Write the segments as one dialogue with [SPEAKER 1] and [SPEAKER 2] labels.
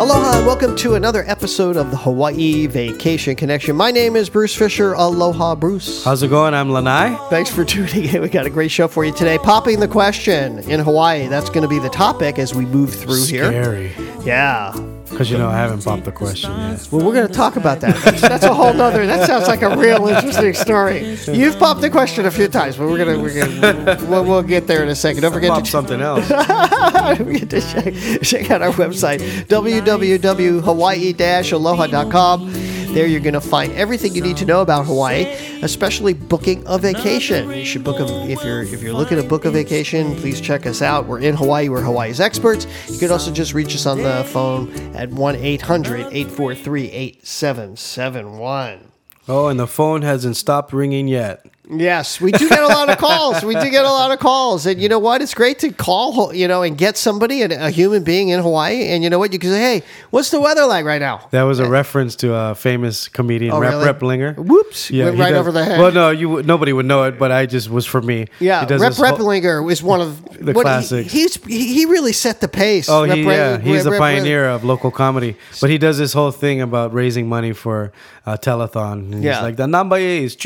[SPEAKER 1] Aloha and welcome to another episode of the Hawaii Vacation Connection. My name is Bruce Fisher. Aloha, Bruce.
[SPEAKER 2] How's it going? I'm Lanai.
[SPEAKER 1] Thanks for tuning in. We got a great show for you today. Popping the question in Hawaii. That's going to be the topic as we move through here.
[SPEAKER 2] Scary.
[SPEAKER 1] Yeah.
[SPEAKER 2] Because, you know, I haven't popped the question yet.
[SPEAKER 1] Well, we're going to talk about that. That's, that's a whole nother. That sounds like a real interesting story. You've popped the question a few times, but we're going to we're gonna, we'll, we'll get there in a second. Don't forget to
[SPEAKER 2] Pop something else.
[SPEAKER 1] Don't forget to check, check out our website, www.hawaii-aloha.com. There you're going to find everything you need to know about Hawaii, especially booking a vacation. You should book a, if you're if you're looking to book a vacation, please check us out. We're in Hawaii, we're Hawaii's experts. You can also just reach us on the phone at 1-800-843-8771.
[SPEAKER 2] Oh, and the phone hasn't stopped ringing yet.
[SPEAKER 1] Yes, we do get a lot of calls. We do get a lot of calls, and you know what? It's great to call, you know, and get somebody, and a human being in Hawaii, and you know what? You can say, "Hey, what's the weather like right now?"
[SPEAKER 2] That was a reference to a famous comedian,
[SPEAKER 1] Eh. Oh,
[SPEAKER 2] Rep
[SPEAKER 1] really?
[SPEAKER 2] Rep Linger.
[SPEAKER 1] Whoops, went
[SPEAKER 2] he
[SPEAKER 1] right
[SPEAKER 2] does-
[SPEAKER 1] over the head.
[SPEAKER 2] Well, no, you would- nobody would know it, but I just was for me.
[SPEAKER 1] yeah,
[SPEAKER 2] He does
[SPEAKER 1] Rep
[SPEAKER 2] this whole-
[SPEAKER 1] Replinger is one of
[SPEAKER 2] The
[SPEAKER 1] what he-
[SPEAKER 2] classics.
[SPEAKER 1] he's he he really set the pace.
[SPEAKER 2] Oh,
[SPEAKER 1] Rep
[SPEAKER 2] he,
[SPEAKER 1] Re-
[SPEAKER 2] yeah, he's
[SPEAKER 1] Rep-
[SPEAKER 2] a
[SPEAKER 1] Rep-
[SPEAKER 2] pioneer of local comedy. But he does this whole thing about raising money for a telethon. And
[SPEAKER 1] Yeah.
[SPEAKER 2] He's like, the number is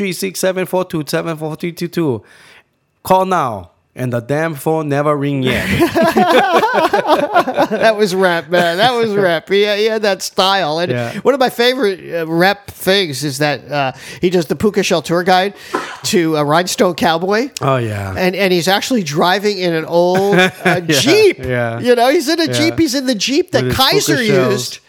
[SPEAKER 2] 367-427-4222. Call now. And the damn phone never ring yet.
[SPEAKER 1] that was rap, man. That was rap. Yeah, he had that style. And
[SPEAKER 2] Yeah.
[SPEAKER 1] one of my favorite uh, rap things is that uh, he does the Puka Shell tour guide to a Rhinestone Cowboy.
[SPEAKER 2] oh, yeah.
[SPEAKER 1] and and he's actually driving in an old uh, jeep.
[SPEAKER 2] yeah.
[SPEAKER 1] you know, he's in a
[SPEAKER 2] Yeah.
[SPEAKER 1] jeep. He's in the jeep that
[SPEAKER 2] his
[SPEAKER 1] Kaiser
[SPEAKER 2] puka shells.
[SPEAKER 1] used.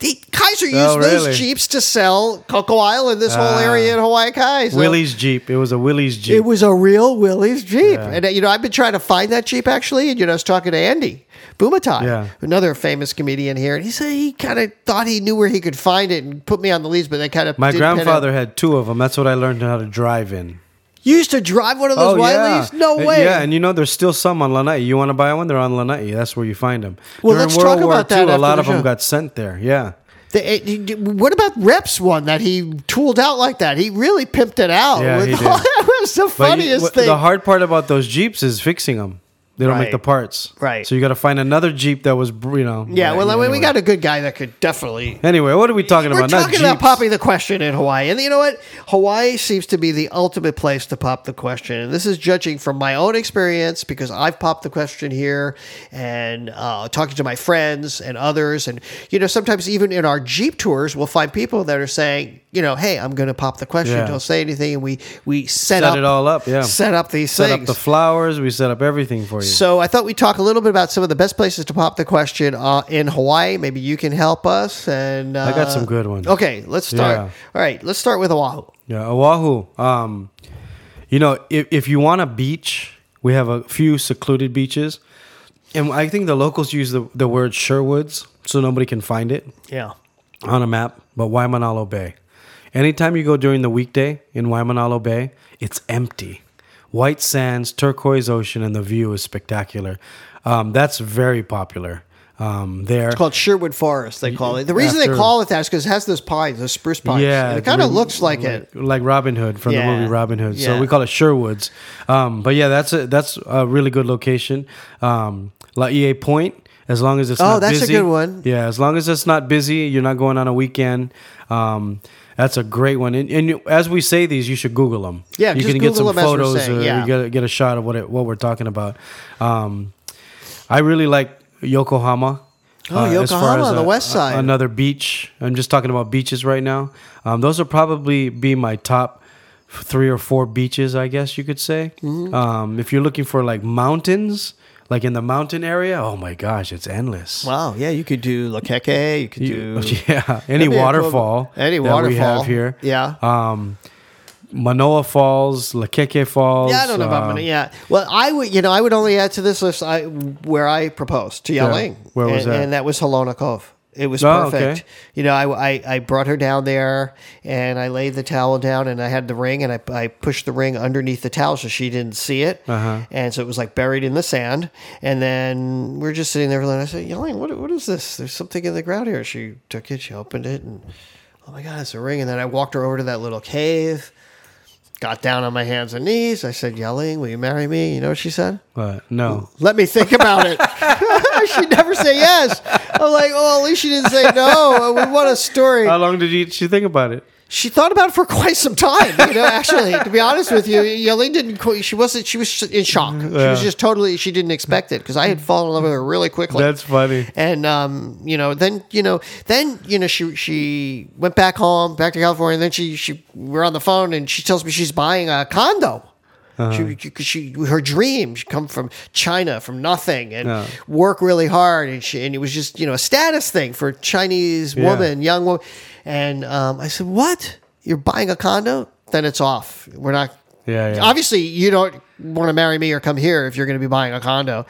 [SPEAKER 1] The, Kaiser used
[SPEAKER 2] Oh, really?
[SPEAKER 1] those jeeps to sell Coco Island, this whole
[SPEAKER 2] Ah.
[SPEAKER 1] area in Hawaii Kai. So
[SPEAKER 2] Willie's Jeep. It was a Willie's Jeep.
[SPEAKER 1] It was a real Willie's Jeep. And, uh, you know, I've been trying to find that Jeep actually. And, you know, I was talking to Andy Bumatai,
[SPEAKER 2] Yeah.
[SPEAKER 1] another famous comedian here. And he said he kind of thought he knew where he could find it and put me on the leads, but they kind of.
[SPEAKER 2] My grandfather had two of them. That's what I learned how to drive in.
[SPEAKER 1] You used to drive one of those Wileys? No
[SPEAKER 2] Uh,
[SPEAKER 1] way.
[SPEAKER 2] Yeah, and you know there's still some on Lanai. You want to buy one? They're on Lanai. That's where you find them.
[SPEAKER 1] Well, let's talk about that
[SPEAKER 2] A
[SPEAKER 1] after
[SPEAKER 2] lot
[SPEAKER 1] the
[SPEAKER 2] of them
[SPEAKER 1] show.
[SPEAKER 2] got sent there. Yeah.
[SPEAKER 1] The, it- he- what about Reps one that he tooled out like that? He really pimped it out.
[SPEAKER 2] Yeah,
[SPEAKER 1] with
[SPEAKER 2] he
[SPEAKER 1] all-
[SPEAKER 2] did.
[SPEAKER 1] That was the
[SPEAKER 2] But you-
[SPEAKER 1] funniest
[SPEAKER 2] wh-
[SPEAKER 1] thing.
[SPEAKER 2] The hard part about those Jeeps is fixing them. They don't
[SPEAKER 1] Right.
[SPEAKER 2] make the parts.
[SPEAKER 1] Right.
[SPEAKER 2] So you got to find another Jeep that was, br- you know.
[SPEAKER 1] yeah,
[SPEAKER 2] right,
[SPEAKER 1] well, I mean,
[SPEAKER 2] anyway.
[SPEAKER 1] we got a good guy that could definitely.
[SPEAKER 2] Anyway, what are we talking
[SPEAKER 1] We're
[SPEAKER 2] about? Not
[SPEAKER 1] talking about
[SPEAKER 2] Jeeps.
[SPEAKER 1] popping the question in Hawaii, and you know what? Hawaii seems to be the ultimate place to pop the question, and this is judging from my own experience because I've popped the question here, and uh, talking to my friends and others, and you know, sometimes even in our Jeep tours, we'll find people that are saying, you know, hey, I'm going to pop the question.
[SPEAKER 2] Yeah.
[SPEAKER 1] Don't say anything, and we we set,
[SPEAKER 2] Set
[SPEAKER 1] up
[SPEAKER 2] it all up. Yeah.
[SPEAKER 1] set up these
[SPEAKER 2] Set
[SPEAKER 1] things.
[SPEAKER 2] up the flowers. We set up everything for you.
[SPEAKER 1] so I thought we'd talk a little bit about some of the best places to pop the question uh, in Hawaii. Maybe you can help us. And uh,
[SPEAKER 2] I got some good ones.
[SPEAKER 1] Okay, let's start.
[SPEAKER 2] Yeah.
[SPEAKER 1] All right, let's start with Oahu.
[SPEAKER 2] Yeah, Oahu. Um, you know, if, if you want a beach, we have a few secluded beaches. And I think the locals use the, the word Sherwoods so nobody can find it
[SPEAKER 1] Yeah.
[SPEAKER 2] on a map, but Waimanalo Bay. Anytime you go during the weekday in Waimanalo Bay, it's empty. White sands, turquoise ocean, and the view is spectacular. Um, that's very popular um, there.
[SPEAKER 1] It's called Sherwood Forest, they call it. The reason they
[SPEAKER 2] After-
[SPEAKER 1] call it that is because it has those pines, those spruce pines.
[SPEAKER 2] Yeah,
[SPEAKER 1] And it kind of
[SPEAKER 2] we-
[SPEAKER 1] looks like it.
[SPEAKER 2] like Robin Hood from
[SPEAKER 1] Yeah.
[SPEAKER 2] the movie Robin Hood.
[SPEAKER 1] Yeah.
[SPEAKER 2] So we call it Sherwoods. Um, but yeah, that's a that's a really good location. Um, La Ie Point, as long as it's
[SPEAKER 1] Oh,
[SPEAKER 2] not
[SPEAKER 1] that's a
[SPEAKER 2] busy.
[SPEAKER 1] good one.
[SPEAKER 2] Yeah, as long as it's not busy, you're not going on a weekend. Um, that's a great one. And, and you- as we say these, you should Google them.
[SPEAKER 1] Yeah,
[SPEAKER 2] you
[SPEAKER 1] just
[SPEAKER 2] can
[SPEAKER 1] Google
[SPEAKER 2] get some
[SPEAKER 1] 'em as we're
[SPEAKER 2] photos
[SPEAKER 1] saying,
[SPEAKER 2] or
[SPEAKER 1] yeah.
[SPEAKER 2] you get a, get a shot of what it, what we're talking about. Um, I really like Yokohama. uh,
[SPEAKER 1] Oh,
[SPEAKER 2] as far
[SPEAKER 1] Yokohama
[SPEAKER 2] as
[SPEAKER 1] on the west side.
[SPEAKER 2] Another beach. I'm just talking about beaches right now. Um, those will probably be my top three or four beaches, I guess you could say.
[SPEAKER 1] Mm-hmm.
[SPEAKER 2] Um, if you're looking for like mountains, like in the mountain area, oh my gosh, it's endless.
[SPEAKER 1] Wow. Yeah, you could do Lakeke. You could
[SPEAKER 2] You-
[SPEAKER 1] do.
[SPEAKER 2] yeah,
[SPEAKER 1] That'd
[SPEAKER 2] any
[SPEAKER 1] be a cool-
[SPEAKER 2] waterfall,
[SPEAKER 1] Any
[SPEAKER 2] that
[SPEAKER 1] waterfall.
[SPEAKER 2] we have here.
[SPEAKER 1] Yeah.
[SPEAKER 2] Um, Manoa Falls, Lakeke Falls.
[SPEAKER 1] Yeah, I don't know about
[SPEAKER 2] um,
[SPEAKER 1] money. Yeah, well, I would, you know, I would only add to this list I, where I proposed to
[SPEAKER 2] Yeah.
[SPEAKER 1] Yaling.
[SPEAKER 2] Where was
[SPEAKER 1] and,
[SPEAKER 2] that?
[SPEAKER 1] And that was Helena Cove. It was
[SPEAKER 2] Oh,
[SPEAKER 1] perfect.
[SPEAKER 2] okay.
[SPEAKER 1] You know, I, I, I brought her down there and I laid the towel down and I had the ring and I, I pushed the ring underneath the towel so she didn't see it.
[SPEAKER 2] Uh-huh.
[SPEAKER 1] And so it was like buried in the sand. And then we are just sitting there and I said, Yaling, what, what is this? There's something in the ground here. She took it, she opened it, and oh my God, it's a ring. And then I walked her over to that little cave got down on my hands and knees. I said, Yelling, will you marry me? You know what she said?
[SPEAKER 2] But no.
[SPEAKER 1] Let me think about it. she never said yes. I'm like, oh, at least she didn't say no. We want a story.
[SPEAKER 2] How long did you, did you think about it?
[SPEAKER 1] She thought about it for quite some time. You know, actually, to be honest with you, Yelene didn't. qu- She wasn't. She was in shock. She was just totally. She didn't expect it because I had fallen in love with her really quickly.
[SPEAKER 2] That's funny.
[SPEAKER 1] and um, you know, then you know, then you know, she she went back home, back to California. And then she she we we're on the phone, and she tells me she's buying a condo. She, she, 'cause she, her dream, she come from China, from nothing, and
[SPEAKER 2] Yeah.
[SPEAKER 1] work really hard, and she, and it was just you know a status thing for a Chinese woman, young woman, and um, I said, "What? You're buying a condo? Then it's off. We're not.
[SPEAKER 2] Yeah, yeah.
[SPEAKER 1] Obviously, you don't want to marry me or come here if you're going to be buying a condo."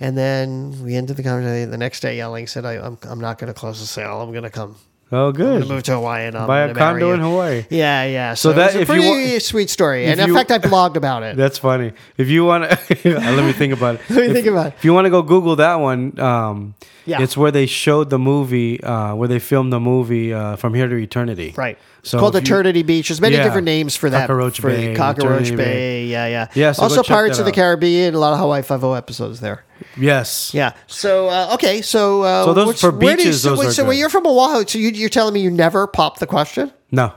[SPEAKER 1] And then we ended the conversation the next day, yelling, "said I, I'm, I'm not going to close the sale. I'm going to come."
[SPEAKER 2] Oh,
[SPEAKER 1] I'm
[SPEAKER 2] good.
[SPEAKER 1] gonna move to Hawaii and I'm
[SPEAKER 2] Buy a
[SPEAKER 1] gonna marry
[SPEAKER 2] condo
[SPEAKER 1] you."
[SPEAKER 2] in Hawaii.
[SPEAKER 1] Yeah, yeah. So,
[SPEAKER 2] that-
[SPEAKER 1] that
[SPEAKER 2] if
[SPEAKER 1] a
[SPEAKER 2] you
[SPEAKER 1] pretty
[SPEAKER 2] want-
[SPEAKER 1] sweet story, and
[SPEAKER 2] if
[SPEAKER 1] in
[SPEAKER 2] you-
[SPEAKER 1] fact, I blogged about it.
[SPEAKER 2] That's funny. If you want to, let me think about it.
[SPEAKER 1] Let me
[SPEAKER 2] If-
[SPEAKER 1] think about it.
[SPEAKER 2] If you want to go Google that one, um,
[SPEAKER 1] Yeah.
[SPEAKER 2] it's where they showed the movie, uh, where they filmed the movie uh, from here to eternity.
[SPEAKER 1] Right.
[SPEAKER 2] So
[SPEAKER 1] So called
[SPEAKER 2] if you-
[SPEAKER 1] Eternity Beach. There's many
[SPEAKER 2] Yeah.
[SPEAKER 1] different names for that.
[SPEAKER 2] Cockroach
[SPEAKER 1] for
[SPEAKER 2] Bay,
[SPEAKER 1] Cockroach
[SPEAKER 2] Eternity
[SPEAKER 1] Bay.
[SPEAKER 2] Bay.
[SPEAKER 1] Yeah, yeah.
[SPEAKER 2] Yeah, so go
[SPEAKER 1] also
[SPEAKER 2] check
[SPEAKER 1] Pirates
[SPEAKER 2] that
[SPEAKER 1] of the
[SPEAKER 2] out.
[SPEAKER 1] Caribbean. A lot of Hawaii Five O episodes there.
[SPEAKER 2] Yes.
[SPEAKER 1] Yeah. So uh, okay. So uh,
[SPEAKER 2] So those
[SPEAKER 1] what's-
[SPEAKER 2] for
[SPEAKER 1] where do you-
[SPEAKER 2] beaches,
[SPEAKER 1] So,
[SPEAKER 2] those
[SPEAKER 1] wait,
[SPEAKER 2] are
[SPEAKER 1] so
[SPEAKER 2] good.
[SPEAKER 1] when you're from Oahu, so you, you're telling me you never popped the question.
[SPEAKER 2] No.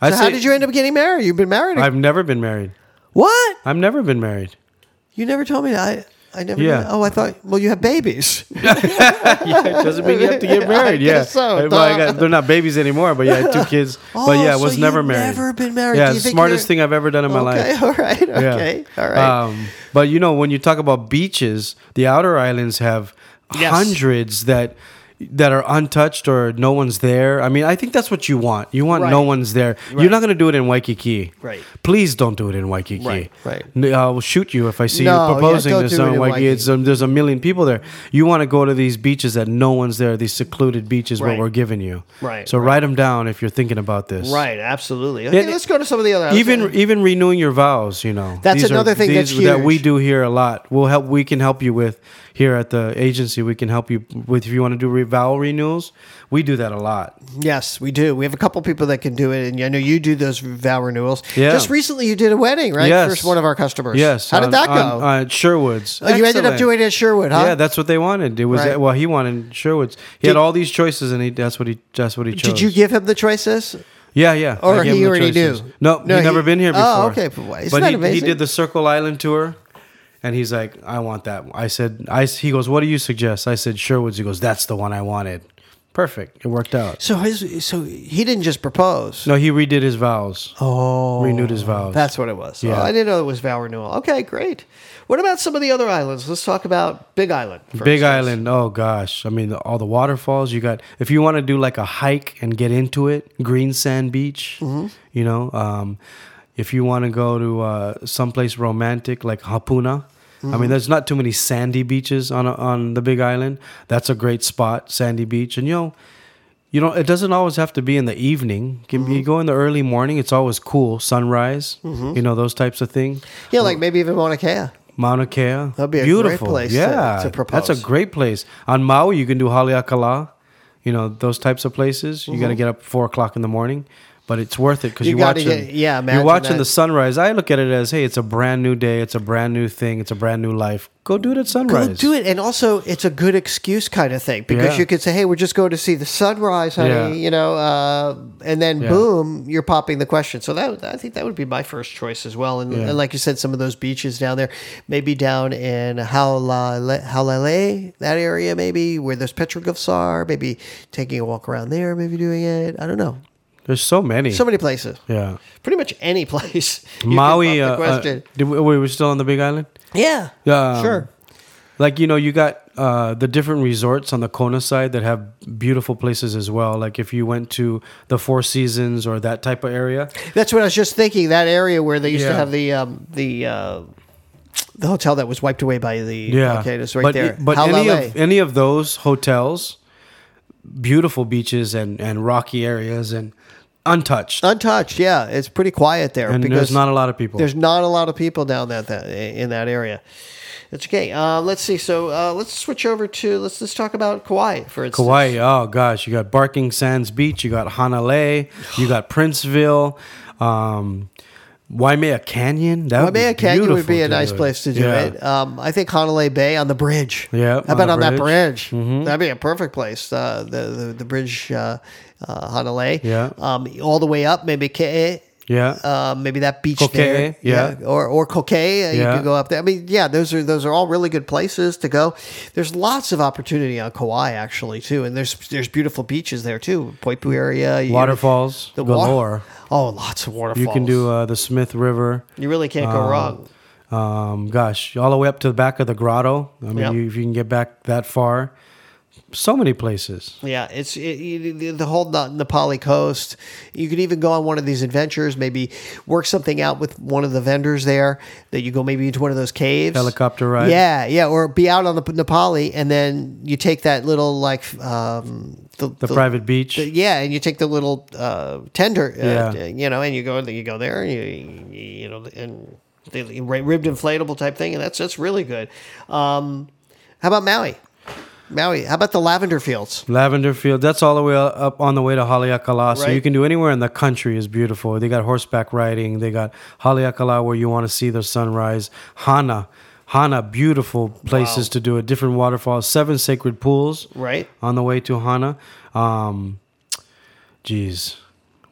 [SPEAKER 2] I
[SPEAKER 1] So how did you end up getting married? You've been married.
[SPEAKER 2] I've never been married.
[SPEAKER 1] what?
[SPEAKER 2] I've never been married.
[SPEAKER 1] You never told me that. I, I never.
[SPEAKER 2] Yeah.
[SPEAKER 1] Yeah. Oh, I thought. Well, you have babies.
[SPEAKER 2] yeah, it doesn't mean you have to get married. yeah.
[SPEAKER 1] guess so,
[SPEAKER 2] Well,
[SPEAKER 1] duh.
[SPEAKER 2] I got- they're not babies anymore, but yeah, I had two kids. but yeah, I
[SPEAKER 1] so
[SPEAKER 2] was
[SPEAKER 1] you've
[SPEAKER 2] Oh, never married.
[SPEAKER 1] never been married.
[SPEAKER 2] Yeah,
[SPEAKER 1] Do you
[SPEAKER 2] the
[SPEAKER 1] think
[SPEAKER 2] smartest
[SPEAKER 1] you're-
[SPEAKER 2] thing I've ever done in my
[SPEAKER 1] okay.
[SPEAKER 2] life.
[SPEAKER 1] All right. Okay.
[SPEAKER 2] Yeah.
[SPEAKER 1] All right.
[SPEAKER 2] Um, but you know, when you talk about beaches, the outer islands have
[SPEAKER 1] Yes.
[SPEAKER 2] hundreds that that are untouched or no one's there. I mean, I think that's what you want. You want no
[SPEAKER 1] Right.
[SPEAKER 2] one's there. You're not going to do it in Waikiki.
[SPEAKER 1] Right.
[SPEAKER 2] Please don't do it in Waikiki.
[SPEAKER 1] Right, right.
[SPEAKER 2] N- I will shoot you if I see
[SPEAKER 1] No,
[SPEAKER 2] you
[SPEAKER 1] yeah,
[SPEAKER 2] proposing
[SPEAKER 1] don't
[SPEAKER 2] to
[SPEAKER 1] do it
[SPEAKER 2] someone
[SPEAKER 1] in
[SPEAKER 2] in Waikiki.
[SPEAKER 1] Waikiki.
[SPEAKER 2] It's, um, there's a million people there. You want to go to these beaches that no one's there, these secluded beaches what
[SPEAKER 1] Right.
[SPEAKER 2] we're giving you.
[SPEAKER 1] Right,
[SPEAKER 2] So write them down if you're thinking about this.
[SPEAKER 1] Right, absolutely. Okay,
[SPEAKER 2] And-
[SPEAKER 1] let's go to some of the other.
[SPEAKER 2] even even renewing your vows you know
[SPEAKER 1] That's another thing that's
[SPEAKER 2] that we
[SPEAKER 1] huge.
[SPEAKER 2] do here a lot we'll help we can help you with here at the agency we can help you with if you want to do re- vow renewals we do that a lot
[SPEAKER 1] yes, we do. We have a couple people that can do it, and I know you do those vow renewals.
[SPEAKER 2] Yeah.
[SPEAKER 1] Just recently, you did a wedding, right?
[SPEAKER 2] Yes.
[SPEAKER 1] For one of our customers.
[SPEAKER 2] yes
[SPEAKER 1] How
[SPEAKER 2] on-
[SPEAKER 1] did that go?
[SPEAKER 2] on- on sherwood's
[SPEAKER 1] oh, you ended up
[SPEAKER 2] Excellent.
[SPEAKER 1] doing it at Sherwood, huh?
[SPEAKER 2] yeah that's what they wanted it was
[SPEAKER 1] Right.
[SPEAKER 2] well he wanted sherwood's he had
[SPEAKER 1] Did-
[SPEAKER 2] all these choices and he that's what he that's what he chose
[SPEAKER 1] did you give him the choices?
[SPEAKER 2] yeah yeah I
[SPEAKER 1] or
[SPEAKER 2] gave
[SPEAKER 1] he
[SPEAKER 2] him the
[SPEAKER 1] already
[SPEAKER 2] choices.
[SPEAKER 1] knew?
[SPEAKER 2] no,
[SPEAKER 1] No,
[SPEAKER 2] he never
[SPEAKER 1] he-
[SPEAKER 2] been here before
[SPEAKER 1] Oh, okay, but why- isn't
[SPEAKER 2] but
[SPEAKER 1] that
[SPEAKER 2] he, he
[SPEAKER 1] amazing?
[SPEAKER 2] did the circle island tour and he's like, I want that. I said, I, he goes, what do you suggest? I said, Sherwood's. He goes, that's the one I wanted. Perfect. It worked out.
[SPEAKER 1] So his, so he didn't just propose.
[SPEAKER 2] No, he redid his vows.
[SPEAKER 1] Oh,
[SPEAKER 2] Renewed his vows.
[SPEAKER 1] That's what it was.
[SPEAKER 2] Yeah.
[SPEAKER 1] Oh, I didn't know it was vow renewal. Okay, great. What about some of the other islands? Let's talk about Big Island. for
[SPEAKER 2] Big
[SPEAKER 1] instance.
[SPEAKER 2] Island. Oh gosh. I mean, the, all the waterfalls you got. If you want to do like a hike and get into it, green sand beach. You know, um, if you want to go to uh, someplace romantic like Hapuna. I mean, there's not too many sandy beaches on on the Big Island. That's a great spot, sandy beach, and you know. You know, it doesn't always have to be in the evening. Can be go in the early morning. It's always cool, sunrise. You know those types of things.
[SPEAKER 1] Yeah, like maybe even Mauna Kea.
[SPEAKER 2] Mauna Kea.
[SPEAKER 1] That'd be a great place to- to
[SPEAKER 2] That's
[SPEAKER 1] propose.
[SPEAKER 2] a great place. On Maui, you can do Haleakala, you know, those types of places. You got to get up four o'clock in the morning, but it's worth it because
[SPEAKER 1] Mm-hmm. You
[SPEAKER 2] you are
[SPEAKER 1] gotta
[SPEAKER 2] watching.
[SPEAKER 1] get- yeah,
[SPEAKER 2] you're
[SPEAKER 1] imagine
[SPEAKER 2] watching the
[SPEAKER 1] that.
[SPEAKER 2] sunrise. I look at it as, hey, it's a brand new day. It's a brand new thing. It's a brand new life. Go do it at sunrise.
[SPEAKER 1] Go do it, and also it's a good excuse kind of thing because
[SPEAKER 2] Yeah.
[SPEAKER 1] you could say, "Hey, we're just going to see the sunrise, honey,"
[SPEAKER 2] Yeah.
[SPEAKER 1] you know, uh, and then boom, you're popping the question. So that I think that would be my first choice as well. And, and like you said, some of those beaches down there, maybe down in Haulale, Haulale that area, maybe where those petroglyphs are, maybe taking a walk around there, maybe doing it. I don't know,
[SPEAKER 2] There's so many.
[SPEAKER 1] so many places.
[SPEAKER 2] yeah.
[SPEAKER 1] Pretty much any place. you can
[SPEAKER 2] Maui.
[SPEAKER 1] pop
[SPEAKER 2] Uh,
[SPEAKER 1] the
[SPEAKER 2] uh,
[SPEAKER 1] question.
[SPEAKER 2] did we, we were still on the Big Island?
[SPEAKER 1] yeah.
[SPEAKER 2] Um,
[SPEAKER 1] Sure.
[SPEAKER 2] Like you know, you got uh, the different resorts on the Kona side that have beautiful places as well. Like if you went to the Four Seasons or that type of area,
[SPEAKER 1] That's what I was just thinking. That area where they used
[SPEAKER 2] Yeah.
[SPEAKER 1] to have the um, the uh, the hotel that was wiped away by the
[SPEAKER 2] yeah,
[SPEAKER 1] volcanoes right
[SPEAKER 2] but,
[SPEAKER 1] there.
[SPEAKER 2] But any
[SPEAKER 1] Halale.
[SPEAKER 2] of any of those hotels, beautiful beaches and and rocky areas and untouched,
[SPEAKER 1] untouched, yeah, it's pretty quiet there
[SPEAKER 2] and
[SPEAKER 1] Uh, because
[SPEAKER 2] there's not a lot of people.
[SPEAKER 1] there's not a lot of people down that, that in that area. It's okay. Uh, let's see. So uh, let's switch over to let's let's talk about Kauai for instance.
[SPEAKER 2] Hawaii. Oh gosh, you got Barking Sands Beach, you got Hanalei, you got Princeville. Um, Waimea Canyon. That
[SPEAKER 1] Waimea Canyon would be
[SPEAKER 2] beautiful
[SPEAKER 1] a nice
[SPEAKER 2] do
[SPEAKER 1] place to do
[SPEAKER 2] Yeah.
[SPEAKER 1] it. Um, I think Honolulu Bay on the bridge.
[SPEAKER 2] Yeah,
[SPEAKER 1] How about on,
[SPEAKER 2] on the
[SPEAKER 1] that bridge?
[SPEAKER 2] bridge. Mm-hmm.
[SPEAKER 1] That'd be a perfect place. Uh, the, the the bridge, uh, uh, Honolulu.
[SPEAKER 2] Yeah.
[SPEAKER 1] Um, all the way up, maybe Ke'e.
[SPEAKER 2] Yeah.
[SPEAKER 1] Uh, maybe that beach
[SPEAKER 2] Kokee,
[SPEAKER 1] there,
[SPEAKER 2] yeah.
[SPEAKER 1] or or Kokay. Uh, You
[SPEAKER 2] Yeah.
[SPEAKER 1] could go up there. I mean, yeah, those are those are all really good places to go. There's lots of opportunity on Kauai actually too, and there's there's beautiful beaches there too. Poipu area, you-
[SPEAKER 2] Waterfalls
[SPEAKER 1] the wa-
[SPEAKER 2] galore.
[SPEAKER 1] Oh, lots of waterfalls.
[SPEAKER 2] You can do uh, the Smith River.
[SPEAKER 1] You really can't go wrong.
[SPEAKER 2] Um, gosh, all the way up to the back of the grotto. I mean,
[SPEAKER 1] Yeah.
[SPEAKER 2] you, if you can get back that far, so many places.
[SPEAKER 1] Yeah, it's it, you- the whole Na- Nepali coast. You could even go on one of these adventures, maybe work something out with one of the vendors there that you go maybe into one of those caves.
[SPEAKER 2] Helicopter ride.
[SPEAKER 1] Yeah, yeah, or be out on the P- Nepali and then you take that little like um the,
[SPEAKER 2] The, private beach.
[SPEAKER 1] the- yeah, and you take the little uh, tender, uh,
[SPEAKER 2] Yeah.
[SPEAKER 1] d- you know, and you go you go there, and you you know, and the ribbed inflatable type thing, and that's that's really good. Um, how about Maui? Maui. How about the lavender fields?
[SPEAKER 2] Lavender Field. That's all the way up on the way to Haleakala. So
[SPEAKER 1] Right.
[SPEAKER 2] you can do anywhere in the country is beautiful. They got horseback riding. They got Haleakala where you want to see the sunrise. Hana. Hana, beautiful places to do it. Different waterfalls, seven sacred pools.
[SPEAKER 1] Right.
[SPEAKER 2] On the way to Hana. Um, geez,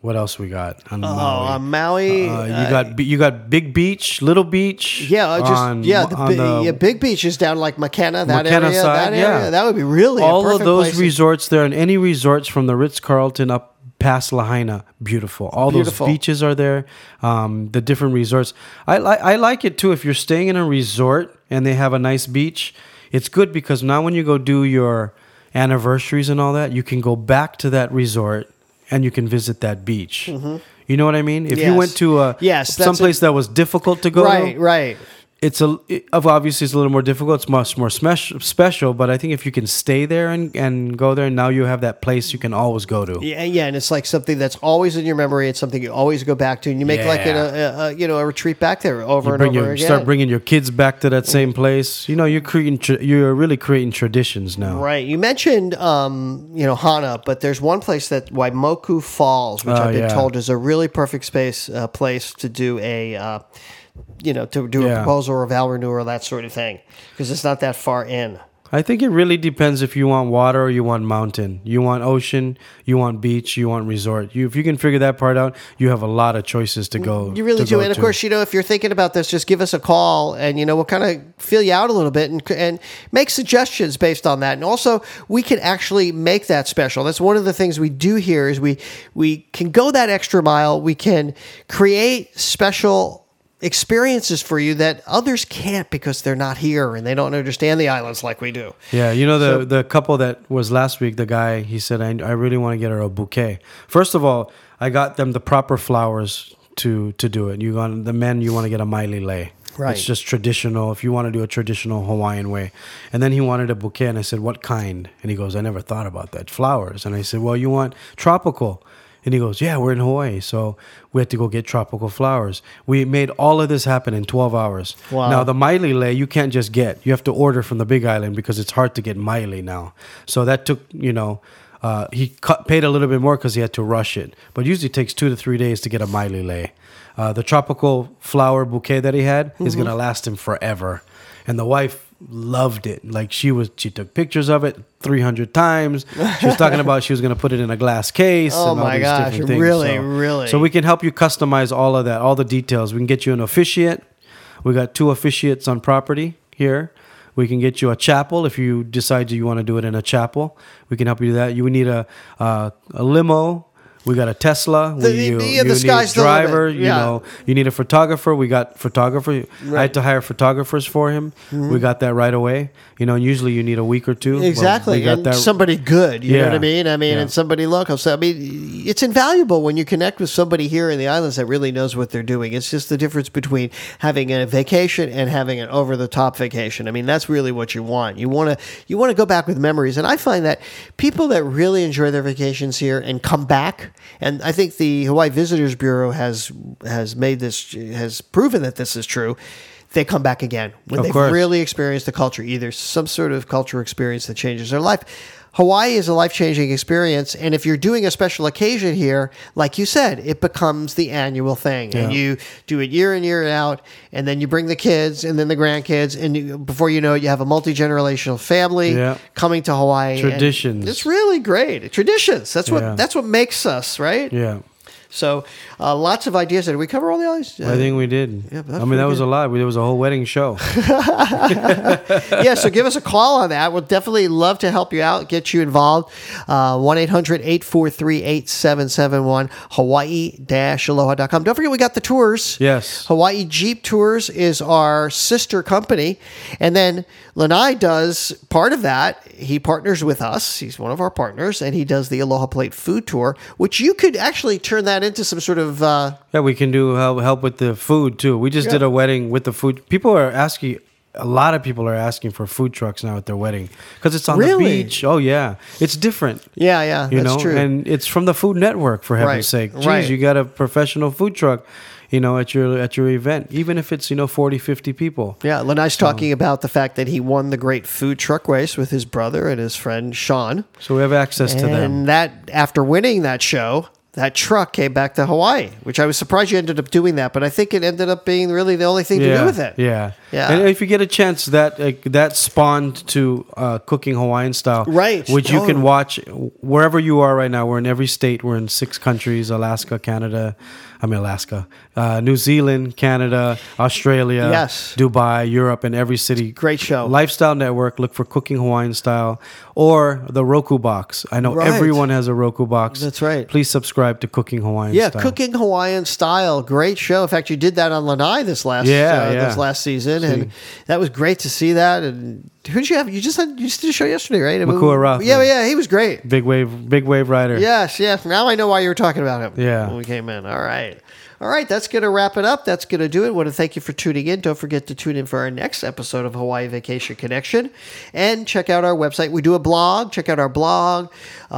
[SPEAKER 2] what else we got? on
[SPEAKER 1] Oh,
[SPEAKER 2] Maui?
[SPEAKER 1] uh, Maui.
[SPEAKER 2] Uh, you
[SPEAKER 1] uh,
[SPEAKER 2] got you got Big Beach, Little Beach.
[SPEAKER 1] yeah, I just
[SPEAKER 2] on-
[SPEAKER 1] yeah, the,
[SPEAKER 2] on
[SPEAKER 1] bi- yeah, big beaches down like McKenna, that
[SPEAKER 2] McKenna
[SPEAKER 1] area, that
[SPEAKER 2] side,
[SPEAKER 1] area.
[SPEAKER 2] yeah.
[SPEAKER 1] That would be really a
[SPEAKER 2] all of
[SPEAKER 1] perfect
[SPEAKER 2] those
[SPEAKER 1] place.
[SPEAKER 2] resorts there and any resorts from the Ritz Carlton up past Lahaina, beautiful. All
[SPEAKER 1] Beautiful.
[SPEAKER 2] those beaches are there. Um, the different resorts. I like I like it too if you're staying in a resort and they have a nice beach. It's good because now when you go do your anniversaries and all that, you can go back to that resort and you can visit that beach. You know what I mean? If you
[SPEAKER 1] Mm-hmm. Yes.
[SPEAKER 2] went to a
[SPEAKER 1] Yes, that's
[SPEAKER 2] someplace that was difficult to go to,
[SPEAKER 1] right, right.
[SPEAKER 2] it's a it, of- obviously it's a little more difficult. It's much more smesh, special, but I think if you can stay there and, and go there, and now you have that place you can always go to.
[SPEAKER 1] Yeah, yeah, and it's like something that's always in your memory. It's something you always go back to, and you make like an,
[SPEAKER 2] Yeah.
[SPEAKER 1] a, a you know a retreat back there over and
[SPEAKER 2] Bring
[SPEAKER 1] over
[SPEAKER 2] your,
[SPEAKER 1] again.
[SPEAKER 2] start bringing your kids back to that same place. You know, you're creating tr you're really creating traditions now.
[SPEAKER 1] Right. You mentioned, um, you know, Hana, but there's one place that Waimoku Falls, which
[SPEAKER 2] Oh,
[SPEAKER 1] I've been
[SPEAKER 2] yeah.
[SPEAKER 1] told is a really perfect space uh, place to do a, uh, you know, to do a
[SPEAKER 2] Yeah.
[SPEAKER 1] proposal or a vow renewal or that sort of thing, because it's not that far in.
[SPEAKER 2] I think it really depends if you want water or you want mountain, you want ocean, you want beach, you want resort. You if you can figure that part out, you have a lot of choices to go.
[SPEAKER 1] You really
[SPEAKER 2] to
[SPEAKER 1] do.
[SPEAKER 2] go
[SPEAKER 1] And of
[SPEAKER 2] to.
[SPEAKER 1] course, you know, if you're thinking about this, just give us a call and, you know, we'll kind of feel you out a little bit and, and make suggestions based on that. And also, we can actually make that special. That's one of the things we do here is we, we can go that extra mile. We can create special experiences for you that others can't because they're not here and they don't understand the islands like we do.
[SPEAKER 2] Yeah, you know the the couple that was last week. The guy he said, I, "I really want to get her a bouquet." First of all, I got them the proper flowers to to do it. You got the men. You want to get a miley lay.
[SPEAKER 1] Right.
[SPEAKER 2] It's just traditional. If you want to do a traditional Hawaiian way, and then he wanted a bouquet, and I said, "What kind?" And he goes, "I never thought about that. Flowers." And I said, "Well, you want tropical." And he goes, "Yeah, we're in Hawaii, so we had to go get tropical flowers." We made all of this happen in 12 hours.
[SPEAKER 1] Wow.
[SPEAKER 2] Now the Miley lei you can't just get. You have to order from the Big Island because it's hard to get Miley now. So that took you know. Uh, he cut, paid a little bit more because he had to rush it, but usually takes two to three days to get a Miley lei. Uh, the tropical flower bouquet that he had is gonna
[SPEAKER 1] Mm-hmm.
[SPEAKER 2] last him forever, and the wife loved it. Like she was, she took pictures of it three hundred times. She was talking about she was gonna put it in a glass case.
[SPEAKER 1] Oh
[SPEAKER 2] and all
[SPEAKER 1] my
[SPEAKER 2] these
[SPEAKER 1] gosh,
[SPEAKER 2] different things.
[SPEAKER 1] really,
[SPEAKER 2] So-
[SPEAKER 1] really.
[SPEAKER 2] So we we can help you customize all of that, all the details. We can get you an officiate. We got two officiates on property here. We can get you a chapel if you decide you want to do it in a chapel. We can help you do that. You need a uh, a limo. We got a Tesla.
[SPEAKER 1] The-
[SPEAKER 2] we, you,
[SPEAKER 1] the- yeah,
[SPEAKER 2] you
[SPEAKER 1] the
[SPEAKER 2] need a
[SPEAKER 1] sky's the limit.
[SPEAKER 2] driver. You
[SPEAKER 1] Yeah.
[SPEAKER 2] know, you need a photographer. We got photographer. I had to hire photographers for him.
[SPEAKER 1] Mm-hmm.
[SPEAKER 2] We got that right away. You know, and usually you need a week or two. Well, we
[SPEAKER 1] Exactly,
[SPEAKER 2] got
[SPEAKER 1] and
[SPEAKER 2] that-
[SPEAKER 1] somebody good. You know what I
[SPEAKER 2] Yeah.
[SPEAKER 1] mean? I mean,
[SPEAKER 2] Yeah.
[SPEAKER 1] and somebody local. So I mean, it's invaluable when you connect with somebody here in the islands that really knows what they're doing. It's just the difference between having a vacation and having an over-the-top vacation. I mean, that's really what you want. You want to you want to go back with memories, and I find that people that really enjoy their vacations here and come back, and I think the Hawaii Visitors Bureau has has made this has proven that this is true. they come back again when
[SPEAKER 2] Of
[SPEAKER 1] they've
[SPEAKER 2] course.
[SPEAKER 1] really experienced the culture, either some sort of cultural experience that changes their life. Hawaii is a life changing experience. And if you're doing a special occasion here, like you said, it becomes the annual thing. And
[SPEAKER 2] Yeah.
[SPEAKER 1] you do it year in, year out. And then you bring the kids and then the grandkids. And you, before you know it, you have a multi generational family
[SPEAKER 2] Yeah.
[SPEAKER 1] coming to Hawaii. and
[SPEAKER 2] Traditions.
[SPEAKER 1] It's really great. Traditions. That's what
[SPEAKER 2] Yeah.
[SPEAKER 1] that's what makes us, right?
[SPEAKER 2] Yeah.
[SPEAKER 1] So uh, lots of ideas. Did we cover all the ideas?
[SPEAKER 2] I think we did.
[SPEAKER 1] Yeah, but that's
[SPEAKER 2] I mean,
[SPEAKER 1] pretty
[SPEAKER 2] that was
[SPEAKER 1] good.
[SPEAKER 2] a lot. There was a whole wedding show.
[SPEAKER 1] yeah, so give us a call on that. We'll definitely love to help you out, get you involved. Uh, 1 800 843 8771, hawaii aloha.com. Don't forget, we got the tours.
[SPEAKER 2] Yes.
[SPEAKER 1] Hawaii Jeep Tours is our sister company. And then Lanai does part of that. He partners with us, he's one of our partners, and he does the Aloha Plate Food Tour, which you could actually turn that into some sort of. Uh,
[SPEAKER 2] Yeah, we can do help, help with the food too. We just did a wedding with the food. People are asking. A lot of people are asking for food trucks now at their wedding because it's on
[SPEAKER 1] Really?
[SPEAKER 2] the beach. Oh yeah, it's different.
[SPEAKER 1] yeah, yeah,
[SPEAKER 2] You
[SPEAKER 1] that's
[SPEAKER 2] know,
[SPEAKER 1] true.
[SPEAKER 2] and it's from the Food Network for heaven's
[SPEAKER 1] Right,
[SPEAKER 2] sake. Jeez,
[SPEAKER 1] right.
[SPEAKER 2] you got a professional food truck, you know, at your at your event, even if it's you know 40, 50 people.
[SPEAKER 1] Yeah, Lanai's
[SPEAKER 2] Um,
[SPEAKER 1] talking about the fact that he won the great food truck race with his brother and his friend Sean.
[SPEAKER 2] So we have access to them.
[SPEAKER 1] And that after winning that show, that truck came back to Hawaii, which I was surprised you ended up doing that, but I think it ended up being really the only thing to
[SPEAKER 2] yeah,
[SPEAKER 1] do with it.
[SPEAKER 2] Yeah,
[SPEAKER 1] Yeah.
[SPEAKER 2] And if you get a chance, that uh, that spawned to uh, cooking Hawaiian style,
[SPEAKER 1] Right.
[SPEAKER 2] Which you
[SPEAKER 1] Oh.
[SPEAKER 2] can watch wherever you are right now. We're in every state. We're in six countries: Alaska, Canada. I mean Alaska, uh, New Zealand, Canada, Australia,
[SPEAKER 1] Yes.
[SPEAKER 2] Dubai, Europe, and every city.
[SPEAKER 1] Great show.
[SPEAKER 2] Lifestyle Network. Look for Cooking Hawaiian Style or the Roku box. I know
[SPEAKER 1] Right.
[SPEAKER 2] everyone has a Roku box.
[SPEAKER 1] That's right.
[SPEAKER 2] Please subscribe to Cooking Hawaiian
[SPEAKER 1] Yeah,
[SPEAKER 2] Style.
[SPEAKER 1] cooking Hawaiian style, great show. In fact, you did that on Lanai this last
[SPEAKER 2] Yeah,
[SPEAKER 1] uh,
[SPEAKER 2] yeah.
[SPEAKER 1] this last season, and that was great to see that. And who did you have? You just had you just did a show yesterday, right? And we-
[SPEAKER 2] Makua Rafa.
[SPEAKER 1] Yeah, yeah, he was great.
[SPEAKER 2] Big wave, big wave rider.
[SPEAKER 1] Yes, yes. Now I know why you were talking about him.
[SPEAKER 2] Yeah.
[SPEAKER 1] When we came in. All right. All right. That's going to wrap it up. That's going to do it. want to thank you for tuning in. Don't forget to tune in for our next episode of Hawaii Vacation Connection and check out our website. We do a blog. Check out our blog,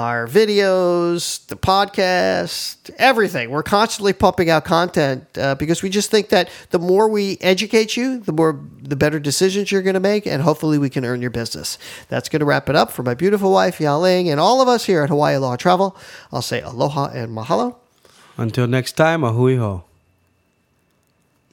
[SPEAKER 1] our videos, the podcast, everything. We're constantly pumping out content uh, because we just think that the more we educate you, the more the better decisions you're going to make, and hopefully we can earn your business. That's going to wrap it up for my beautiful wife, Yaling, and all of us here at Hawaii Aloha Travel. I'll say aloha and mahalo.
[SPEAKER 2] Until next time, ahuiho.